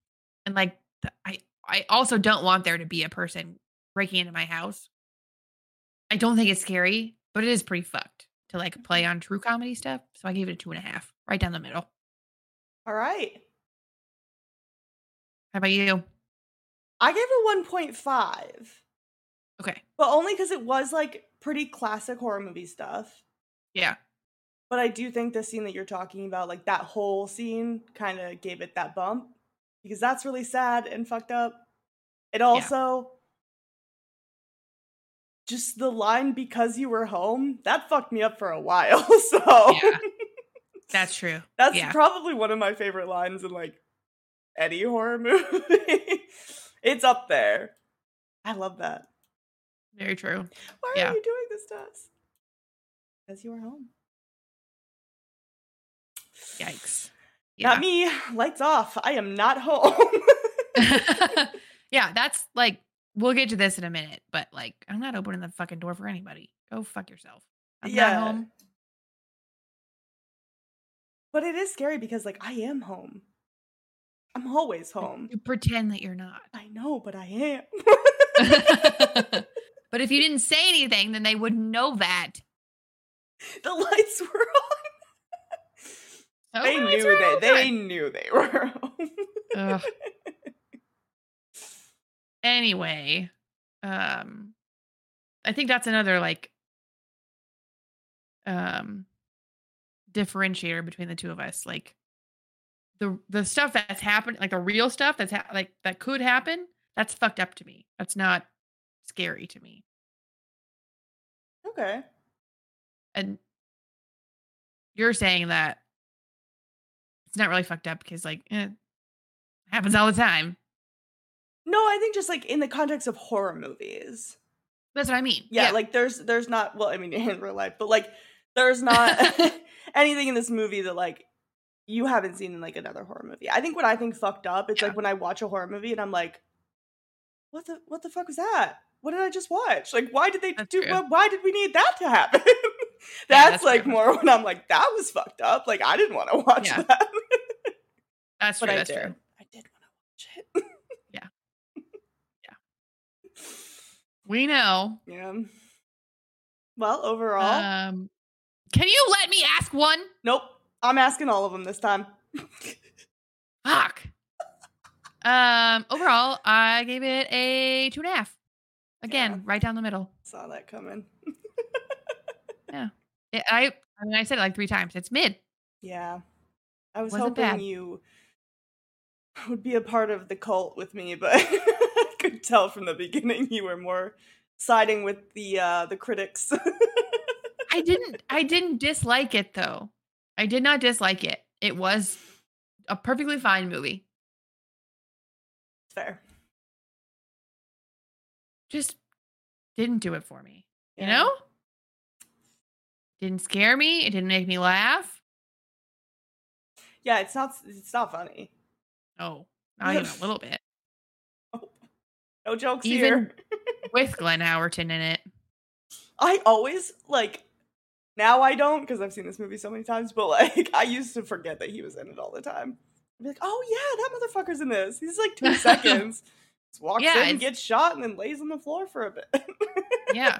S2: and like the- I I also don't want there to be a person breaking into my house. I don't think it's scary, but it is pretty fucked to like play on true comedy stuff. So I gave it a two and a half, right down the middle.
S1: All right.
S2: How about you?
S1: I gave it 1.5,
S2: Okay.
S1: but only because it was like pretty classic horror movie stuff.
S2: Yeah.
S1: But I do think the scene that you're talking about, like that whole scene, kind of gave it that bump because that's really sad and fucked up. It also just the line because you were home that fucked me up for a while. So
S2: Yeah. That's true.
S1: that's
S2: yeah.
S1: probably one of my favorite lines in like any horror movie. it's up there. I love that.
S2: Very true.
S1: Why
S2: Yeah.
S1: are you doing this to us? Because you were home.
S2: Yikes.
S1: Not me. Lights off. I am not home.
S2: yeah, that's like we'll get to this in a minute, but like I'm not opening the fucking door for anybody. Go fuck yourself. I'm
S1: Yeah.
S2: not home.
S1: but it is scary because like I am home. I'm always home.
S2: You pretend that you're not.
S1: I know, but I am.
S2: but if you didn't say anything, then they would know that.
S1: the lights were on.
S2: So
S1: they
S2: Oh, it's
S1: knew
S2: real
S1: they they
S2: good.
S1: knew they were home.
S2: Ugh. Anyway, um, I think that's another like um differentiator between the two of us. Like the the stuff that's happened, like the real stuff that's ha- like that could happen, that's fucked up to me. That's not scary to me.
S1: okay.
S2: and you're saying that it's not really fucked up because like eh, happens all the time.
S1: No, I think just like in the context of horror movies.
S2: That's what I mean.
S1: Yeah, like there's there's not well, I mean in real life, but like there's not anything in this movie that like you haven't seen in like another horror movie. I think what I think fucked up, it's
S2: Yeah.
S1: like when I watch a horror movie and I'm like, what the what the fuck was that? What did I just watch? Like, why did they
S2: That's
S1: do?
S2: true.
S1: Why, why did we need that to happen? that's,
S2: that's
S1: like
S2: true.
S1: more when I'm like, that was fucked up. Like, I didn't want to watch
S2: Yeah.
S1: that,
S2: that's
S1: but
S2: true.
S1: I
S2: That's
S1: did.
S2: true.
S1: I did want to watch it.
S2: Yeah. We know.
S1: yeah. Well, overall,
S2: Um, can you let me ask one?
S1: nope. I'm asking all of them this time.
S2: Fuck. Um, overall, I gave it a two and a half. Again,
S1: Yeah.
S2: right down the middle.
S1: Saw that coming.
S2: It, I, I mean, I said it like three times. It's mid.
S1: Yeah. I was
S2: Wasn't
S1: hoping
S2: bad.
S1: you would be a part of the cult with me, but I could tell from the beginning you were more siding with the uh the critics.
S2: I didn't I didn't dislike it though. I did not dislike it. It was a perfectly fine movie.
S1: Fair.
S2: Just didn't do it for me. You
S1: Yeah.
S2: know? Didn't scare me. It didn't make me laugh.
S1: Yeah, it's not it's not funny.
S2: No, not even a little bit.
S1: No jokes
S2: Even
S1: here.
S2: with Glenn Howerton in it.
S1: I always like now I don't because I've seen this movie so many times, but like I used to forget that he was in it all the time. I'd be like, oh yeah, that motherfucker's in this. He's like two seconds. Just walks
S2: Yeah,
S1: in,
S2: it's-
S1: gets shot, and then lays on the floor for a bit.
S2: Yeah.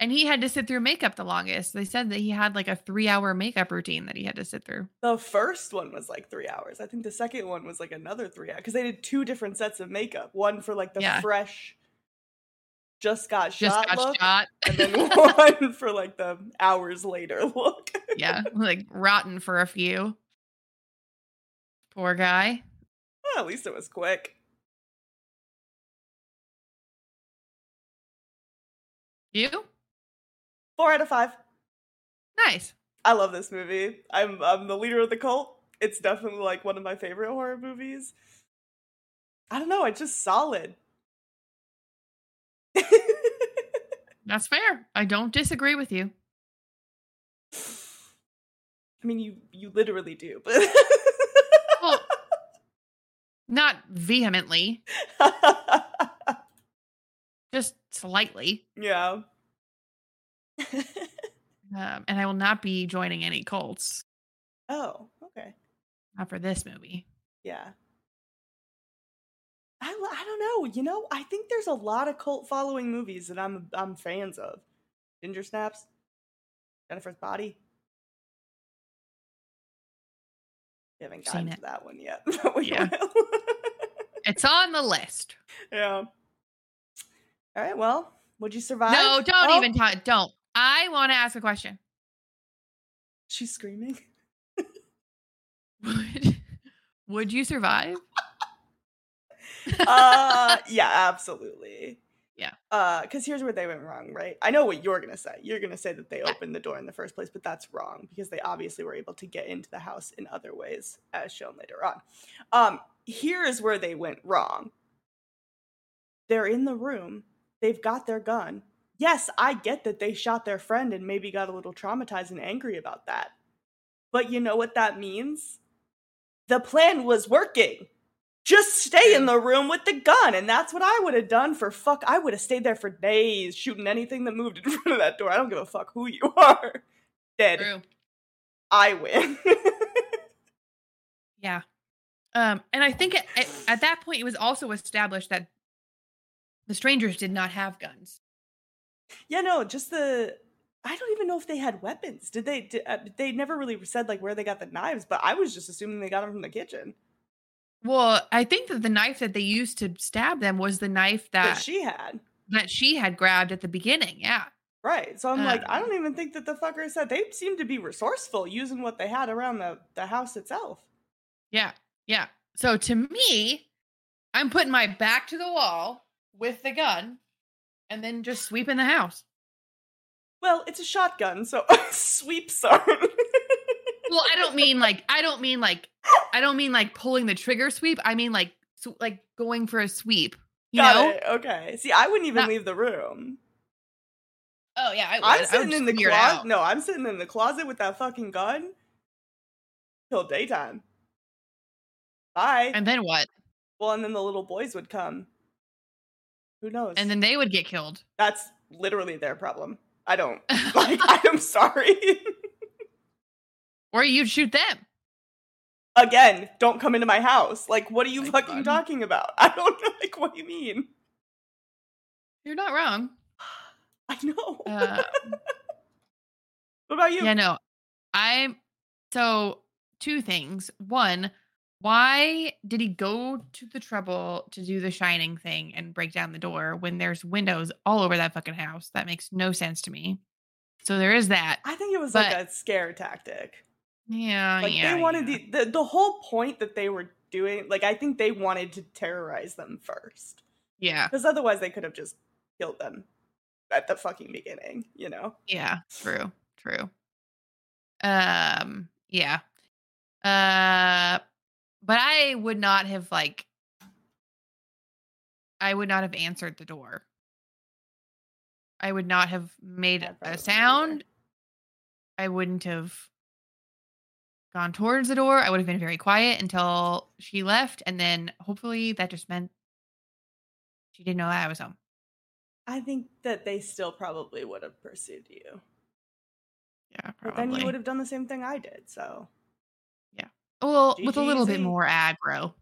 S2: and he had to sit through makeup the longest. They said that he had like a three hour makeup routine that he had to sit through.
S1: The first one was like three hours. I think the second one was like another three hours because they did two different sets of makeup. One for like the
S2: Yeah.
S1: fresh, just got
S2: Just
S1: shot
S2: got
S1: look,
S2: shot.
S1: and then one for like the hours later look.
S2: yeah. Like rotten for a few. Poor guy.
S1: Well, at least it was quick.
S2: You?
S1: Four out of five.
S2: Nice.
S1: I love this movie. I'm I'm the leader of the cult. It's definitely like one of my favorite horror movies. I don't know. It's just solid.
S2: That's fair. I don't disagree with you.
S1: I mean, you you literally do, but
S2: Well, not vehemently, just slightly.
S1: yeah.
S2: Um, and I will not be joining any cults.
S1: Oh, okay.
S2: Not for this movie.
S1: Yeah. I, l- I don't know. You know, I think there's a lot of cult following movies that I'm I'm fans of. Ginger Snaps, Jennifer's Body. We haven't
S2: Seen
S1: gotten
S2: it.
S1: to that one yet. but we
S2: Yeah.
S1: will.
S2: It's on the list.
S1: yeah. All right. Well, would you survive?
S2: No, don't
S1: Oh,
S2: even talk. Don't. I want to ask a question.
S1: She's screaming.
S2: Would, would you survive?
S1: uh yeah absolutely
S2: Yeah.
S1: uh because here's where they went wrong right i know what you're gonna say you're gonna say that they opened the door in the first place but that's wrong because they obviously were able to get into the house in other ways as shown later on um here is where they went wrong they're in the room they've got their gun yes i get that they shot their friend and maybe got a little traumatized and angry about that but you know what that means the plan was working just stay in the room with the gun and that's what i would have done for fuck i would have stayed there for days shooting anything that moved in front of that door i don't give a fuck who you are dead
S2: True.
S1: i win
S2: Yeah. Um, and I think at, at, at that point it was also established that the strangers did not have guns.
S1: yeah no just the i don't even know if they had weapons did they did, uh, they never really said like where they got the knives but i was just assuming they got them from the kitchen
S2: Well, I think that the knife that they used to stab them was the knife that
S1: that she had
S2: that she had grabbed at the beginning. Yeah.
S1: right so i'm like i
S2: Um.
S1: don't even think that the fucker said they seemed to be resourceful using what they had around the, the house itself
S2: Yeah. Yeah. So to me, I'm putting my back to the wall with the gun and then just sweeping the house.
S1: well it's a shotgun so sweeps aren't
S2: Well, I don't mean like I don't mean like I don't mean like pulling the trigger sweep. I mean like sw- like going for a sweep. You
S1: Got
S2: know?
S1: it. Okay. See, I wouldn't even
S2: Not-
S1: leave the room.
S2: Oh yeah, I would. I
S1: I'm
S2: would
S1: sitting in
S2: just
S1: the
S2: clear it
S1: closet.
S2: out.
S1: No, I'm sitting in the closet with that fucking gun till daytime. Bye.
S2: And then what?
S1: well, and then the little boys would come. Who knows?
S2: And then they would get killed.
S1: that's literally their problem. I don't like. I'm sorry.
S2: or you'd shoot them.
S1: Again, don't come into my house. Like, what are you
S2: My
S1: fucking
S2: God.
S1: talking about? I don't know. Like, what do you mean?
S2: You're not wrong.
S1: I know.
S2: Uh,
S1: what about you?
S2: yeah, no. I so two things. One, why did he go to the trouble to do the shining thing and break down the door when there's windows all over that fucking house? That makes no sense to me. So there is that.
S1: I think it was like
S2: But-
S1: a scare tactic.
S2: Yeah,
S1: like
S2: yeah.
S1: they wanted
S2: yeah.
S1: the, the the whole point that they were doing like i think they wanted to terrorize them first
S2: Yeah,
S1: because otherwise they could have just killed them at the fucking beginning you know
S2: yeah. True, true. Um, yeah. Uh, but I would not have like. I would not have answered the door. I would not have made
S1: I probably
S2: a
S1: wouldn't either.
S2: sound. I wouldn't have gone towards the door. I would have been very quiet until she left, and then hopefully that just meant she didn't know that I was home.
S1: i think that they still probably would have pursued you
S2: Yeah,
S1: but then you would have done the same thing i did so
S2: Well, with a little bit
S1: GGZ.
S2: more aggro.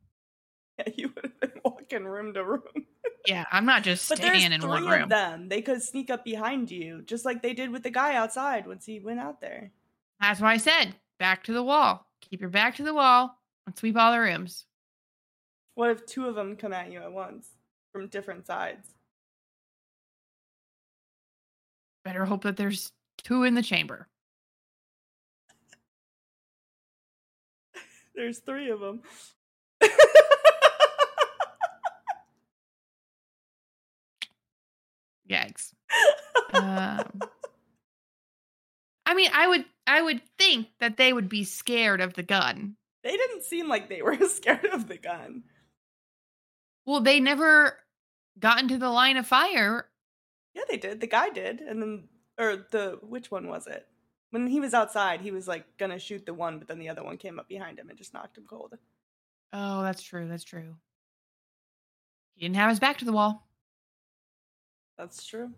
S1: yeah, you would have been walking room to room
S2: Yeah, I'm not just
S1: but there's
S2: staying in
S1: three
S2: one
S1: of
S2: room.
S1: them they could sneak up behind you just like they did with the guy outside once he went out there
S2: That's why I said back to the wall. Keep your back to the wall and sweep all the rooms.
S1: what if two of them come at you at once from different sides
S2: Better hope that there's two in the chamber.
S1: There's three of them.
S2: Yikes. um, I mean, I would, I would think that they would be scared of the gun.
S1: they didn't seem like they were scared of the gun.
S2: Well, they never got into the line of fire.
S1: Yeah, they did. The guy did. And then, or the, which one was it? When he was outside, he was like gonna shoot the one, but then the other one came up behind him and just knocked him cold.
S2: Oh, that's true. That's true. He didn't have his back to the wall.
S1: That's true.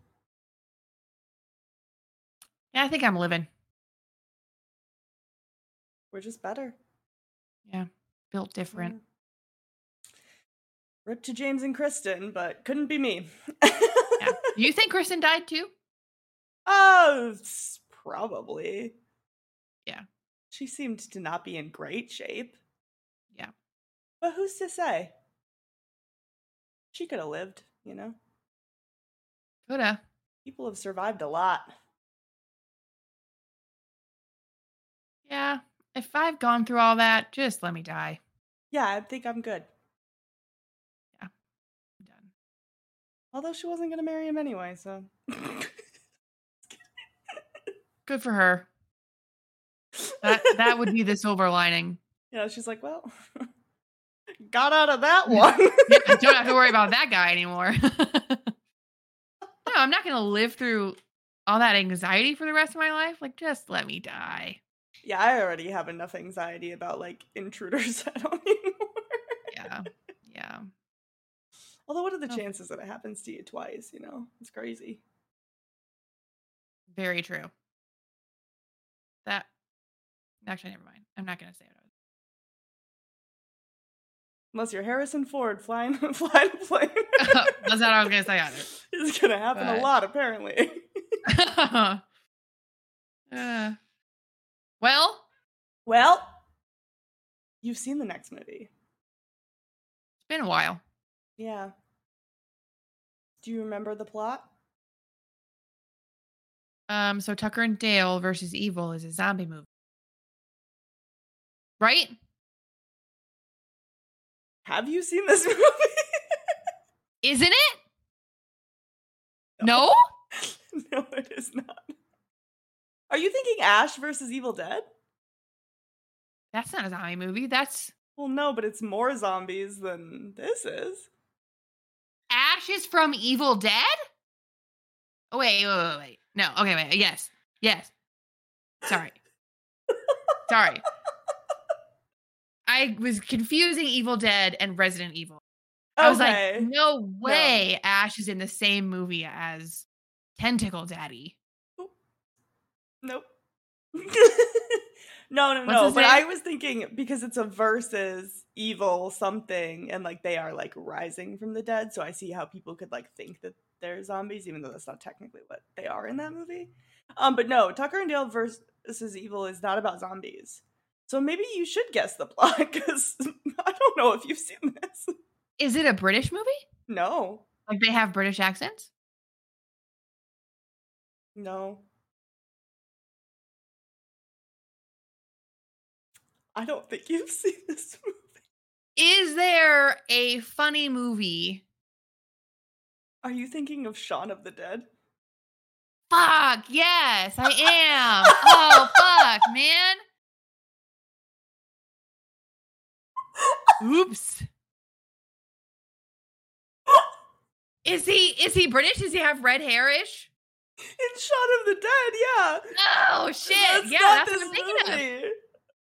S2: Yeah, I think I'm living.
S1: We're just better.
S2: Built different.
S1: Mm. Rip to James and Kristen, but couldn't be me. Mm.
S2: Yeah. You think Kristen died too?
S1: Oh, s- probably.
S2: Yeah.
S1: She seemed to not be in great shape.
S2: Yeah.
S1: But who's to say? She could have lived, you know?
S2: Coulda.
S1: People have survived a lot.
S2: Yeah. If I've gone through all that, just let me die.
S1: Yeah, I think I'm good.
S2: I'm done.
S1: Although she wasn't going to marry him anyway, so.
S2: Good for her. That that would be the silver lining.
S1: You know, she's like, well, got out of that one.
S2: Yeah, I don't have to worry about that guy anymore. no, I'm not gonna live through all that anxiety for the rest of my life. Like, just let me die.
S1: yeah, I already have enough anxiety about like intruders. I don't anymore.
S2: Yeah. Yeah.
S1: Although, what are the
S2: Oh.
S1: chances that it happens to you twice? You know, it's crazy.
S2: Very true. That actually never mind. I'm not gonna say what I was
S1: Unless you're Harrison Ford flying flying a plane.
S2: That's not what I was gonna say either.
S1: It's gonna happen a
S2: But-
S1: lot, apparently.
S2: Uh, well,
S1: Well, you've seen the next movie.
S2: it's been a while.
S1: Yeah. Do you remember the plot?
S2: Um, so Tucker and Dale versus Evil is a zombie movie, right?
S1: Have you seen this movie?
S2: Isn't it?
S1: No.
S2: No,
S1: no, it is not. Are you thinking Ash versus Evil Dead?
S2: that's not a zombie movie. That's
S1: Well, no, but it's more zombies than this is.
S2: Ash is from Evil Dead. Oh wait, wait, wait, wait. No, okay, wait. Yes, yes. Sorry, sorry. I was confusing Evil Dead and Resident Evil. I was like, no way Ash is in the same movie as Tentacle Daddy.
S1: Nope. no, no,
S2: What's
S1: no.
S2: his
S1: But
S2: name?
S1: I was thinking because it's a versus evil something, and like they are like rising from the dead. So I see how people could like think that they're zombies, even though that's not technically what they are in that movie. Um, but no, Tucker and Dale versus Evil is not about zombies. So maybe you should guess the plot because I don't know if you've seen this.
S2: Is it a British movie?
S1: No,
S2: Like they have British accents?
S1: no. I don't think you've seen this movie.
S2: Is there a funny movie?
S1: Are you thinking of Shaun of the Dead?
S2: Fuck, yes, I am. oh, fuck, man. Oops. Is he is he British? Does he have red hairish?
S1: In Shaun of the Dead, yeah.
S2: Oh shit. yeah, that's what I'm thinking of.
S1: movie.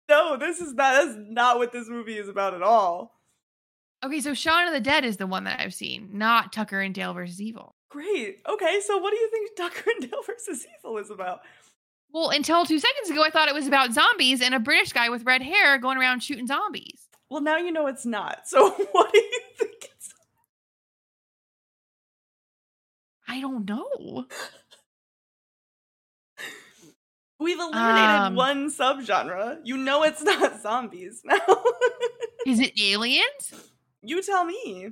S1: No, this is not. That's not what this movie is about at all.
S2: Okay, so Shaun of the Dead is the one that I've seen, not Tucker and Dale versus Evil.
S1: Great. Okay, so what do you think Tucker and Dale versus Evil is about?
S2: Well, until two seconds ago, I thought it was about zombies and a British guy with red hair going around shooting zombies.
S1: Well, now you know it's not. So what do you think it's?
S2: I don't know.
S1: We've eliminated
S2: Um.
S1: one subgenre. You know it's not zombies now.
S2: Is it aliens?
S1: you tell me.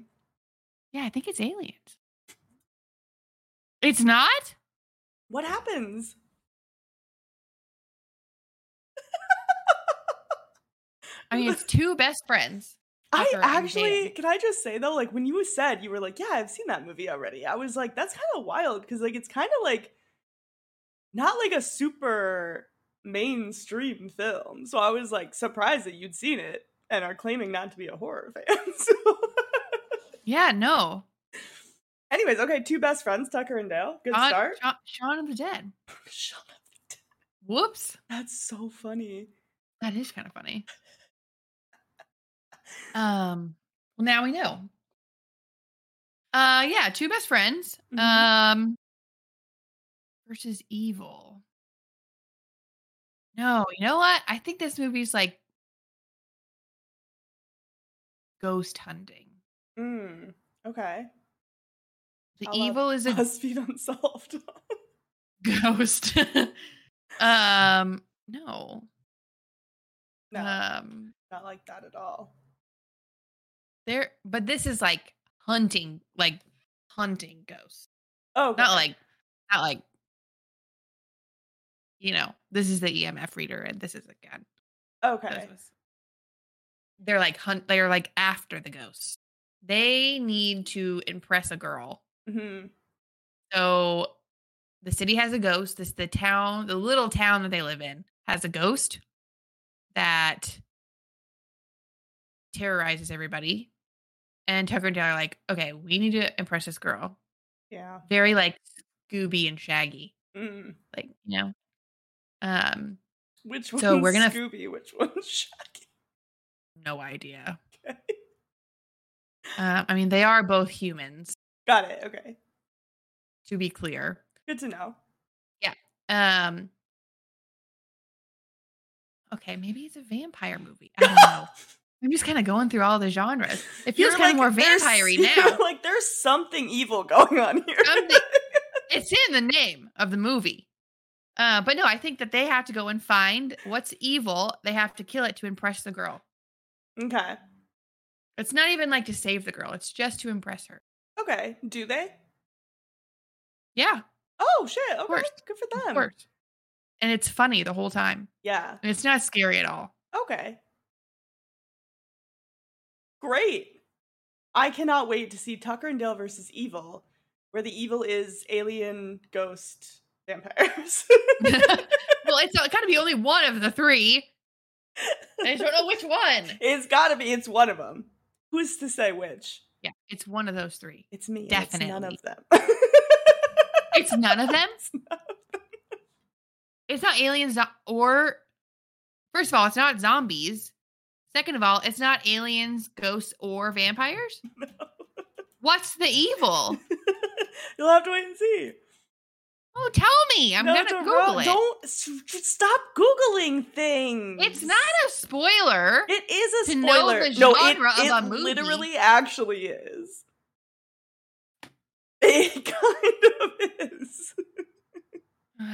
S2: Yeah, I think it's aliens. It's not?
S1: What happens?
S2: I mean, it's two best friends.
S1: I
S2: Tucker and
S1: actually,
S2: Dale.
S1: can I just say though, like when you said you were like, yeah, I've seen that movie already. I was like, that's kind of wild because like it's kind of like not like a super mainstream film. So I was like surprised that you'd seen it and are claiming not to be a horror fan. so,
S2: Yeah, no.
S1: anyways, okay, two best friends, Tucker and Dale. Good
S2: Shaun-
S1: start.
S2: Shaun, Shaun of the Dead.
S1: Shut up.
S2: Whoops.
S1: That's so funny.
S2: That is kind of funny. Um, well, now we know. Uh, yeah, two best friends.
S1: Mhm.
S2: Um, versus evil. No, you know what? I think this movie's like ghost hunting.
S1: Mm, okay.
S2: The
S1: I love
S2: evil is a
S1: BuzzFeed Unsolved.
S2: ghost. um, no.
S1: no,
S2: Um,
S1: not like that at all.
S2: there, but this is like hunting, like hunting ghosts.
S1: Oh,
S2: Not
S1: okay.
S2: like, not like. You know, this is the EMF reader, and this is a gun.
S1: okay.
S2: Those- They're like hunt. They're like after the ghosts. They need to impress a girl
S1: hmm
S2: So the city has a ghost. This the town, the little town that they live in has a ghost that terrorizes everybody. And Tucker and Dale are like, okay, we need to impress this girl.
S1: Yeah.
S2: Very like Scooby and Shaggy.
S1: Mm.
S2: Like, you know. Um,
S1: Which one?
S2: So we're gonna f-
S1: Scooby. Which one's Shaggy?
S2: no idea.
S1: Okay.
S2: Uh, I mean, they are both humans,
S1: Got it. Okay.
S2: to be clear.
S1: Good to know.
S2: Um Okay, maybe it's a vampire movie. I don't know. I'm just kind of going through all the genres. It
S1: You're
S2: feels kind
S1: like,
S2: of more
S1: "There's-
S2: vampire-y
S1: you're
S2: now.
S1: like there's something evil going on here.
S2: Something- it's in the name of the movie. Uh, but no, I think that they have to go and find what's evil. They have to kill it to impress the girl.
S1: okay.
S2: It's not even like to save the girl. It's just to impress her.
S1: Okay. Do they?
S2: Yeah,
S1: Oh shit. Okay.
S2: course.
S1: Good for
S2: of
S1: them.
S2: course. And it's funny the whole time.
S1: Yeah.
S2: And it's not scary at all.
S1: Okay. Great. I cannot wait to see Tucker and Dale versus Evil, where the evil is alien ghost vampires.
S2: well, it's got to be only one of the three. I just don't know which one.
S1: it's gotta be. It's one of them. Who's to say which?
S2: Yeah, it's one of those three.
S1: It's me. and It's none
S2: Definitely.
S1: of them.
S2: It's none of them. It's not aliens zo- or first of all, it's not zombies. Second of all, it's not aliens, ghosts, or vampires. What's the evil?
S1: You'll have to wait and see.
S2: Oh, tell me. I'm
S1: No,
S2: gonna
S1: don't-
S2: Google it.
S1: Don't s- s- stop googling things.
S2: It's not a spoiler.
S1: It is a
S2: to know
S1: spoiler.
S2: the
S1: no, it,
S2: genre of
S1: it
S2: a movie.
S1: literally actually is. It kind of is.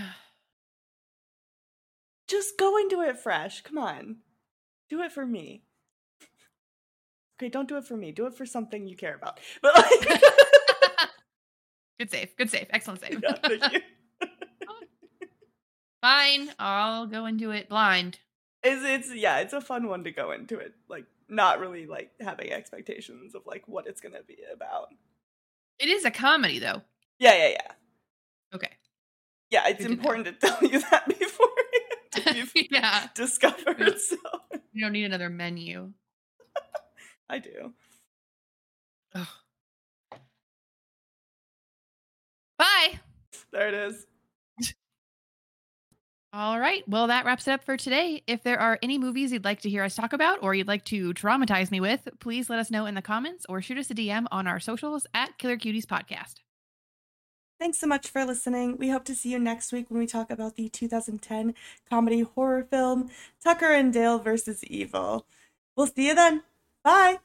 S1: Just go into it fresh. Come on. Do it for me. Okay, don't do it for me. Do it for something you care about. But like,
S2: good save. Good save. Excellent save.
S1: Yeah, thank you.
S2: Fine. I'll go into it blind.
S1: It's, it's yeah, it's a fun one to go into it. Like not really like having expectations of like what it's gonna be about.
S2: It is a comedy though.
S1: Yeah, yeah, yeah.
S2: Okay.
S1: Yeah, it's
S2: Good to know.
S1: important to tell you that before you've
S2: yeah.
S1: discovered. So
S2: You don't need another menu.
S1: I do.
S2: Ugh. Bye.
S1: There it is.
S2: All right. Well, that wraps it up for today. If there are any movies you'd like to hear us talk about or you'd like to traumatize me with, please let us know in the comments or shoot us a DM on our socials at Killer Cuties Podcast.
S1: Thanks so much for listening. We hope to see you next week when we talk about the 2010 comedy horror film Tucker and Dale versus Evil. We'll see you then. Bye.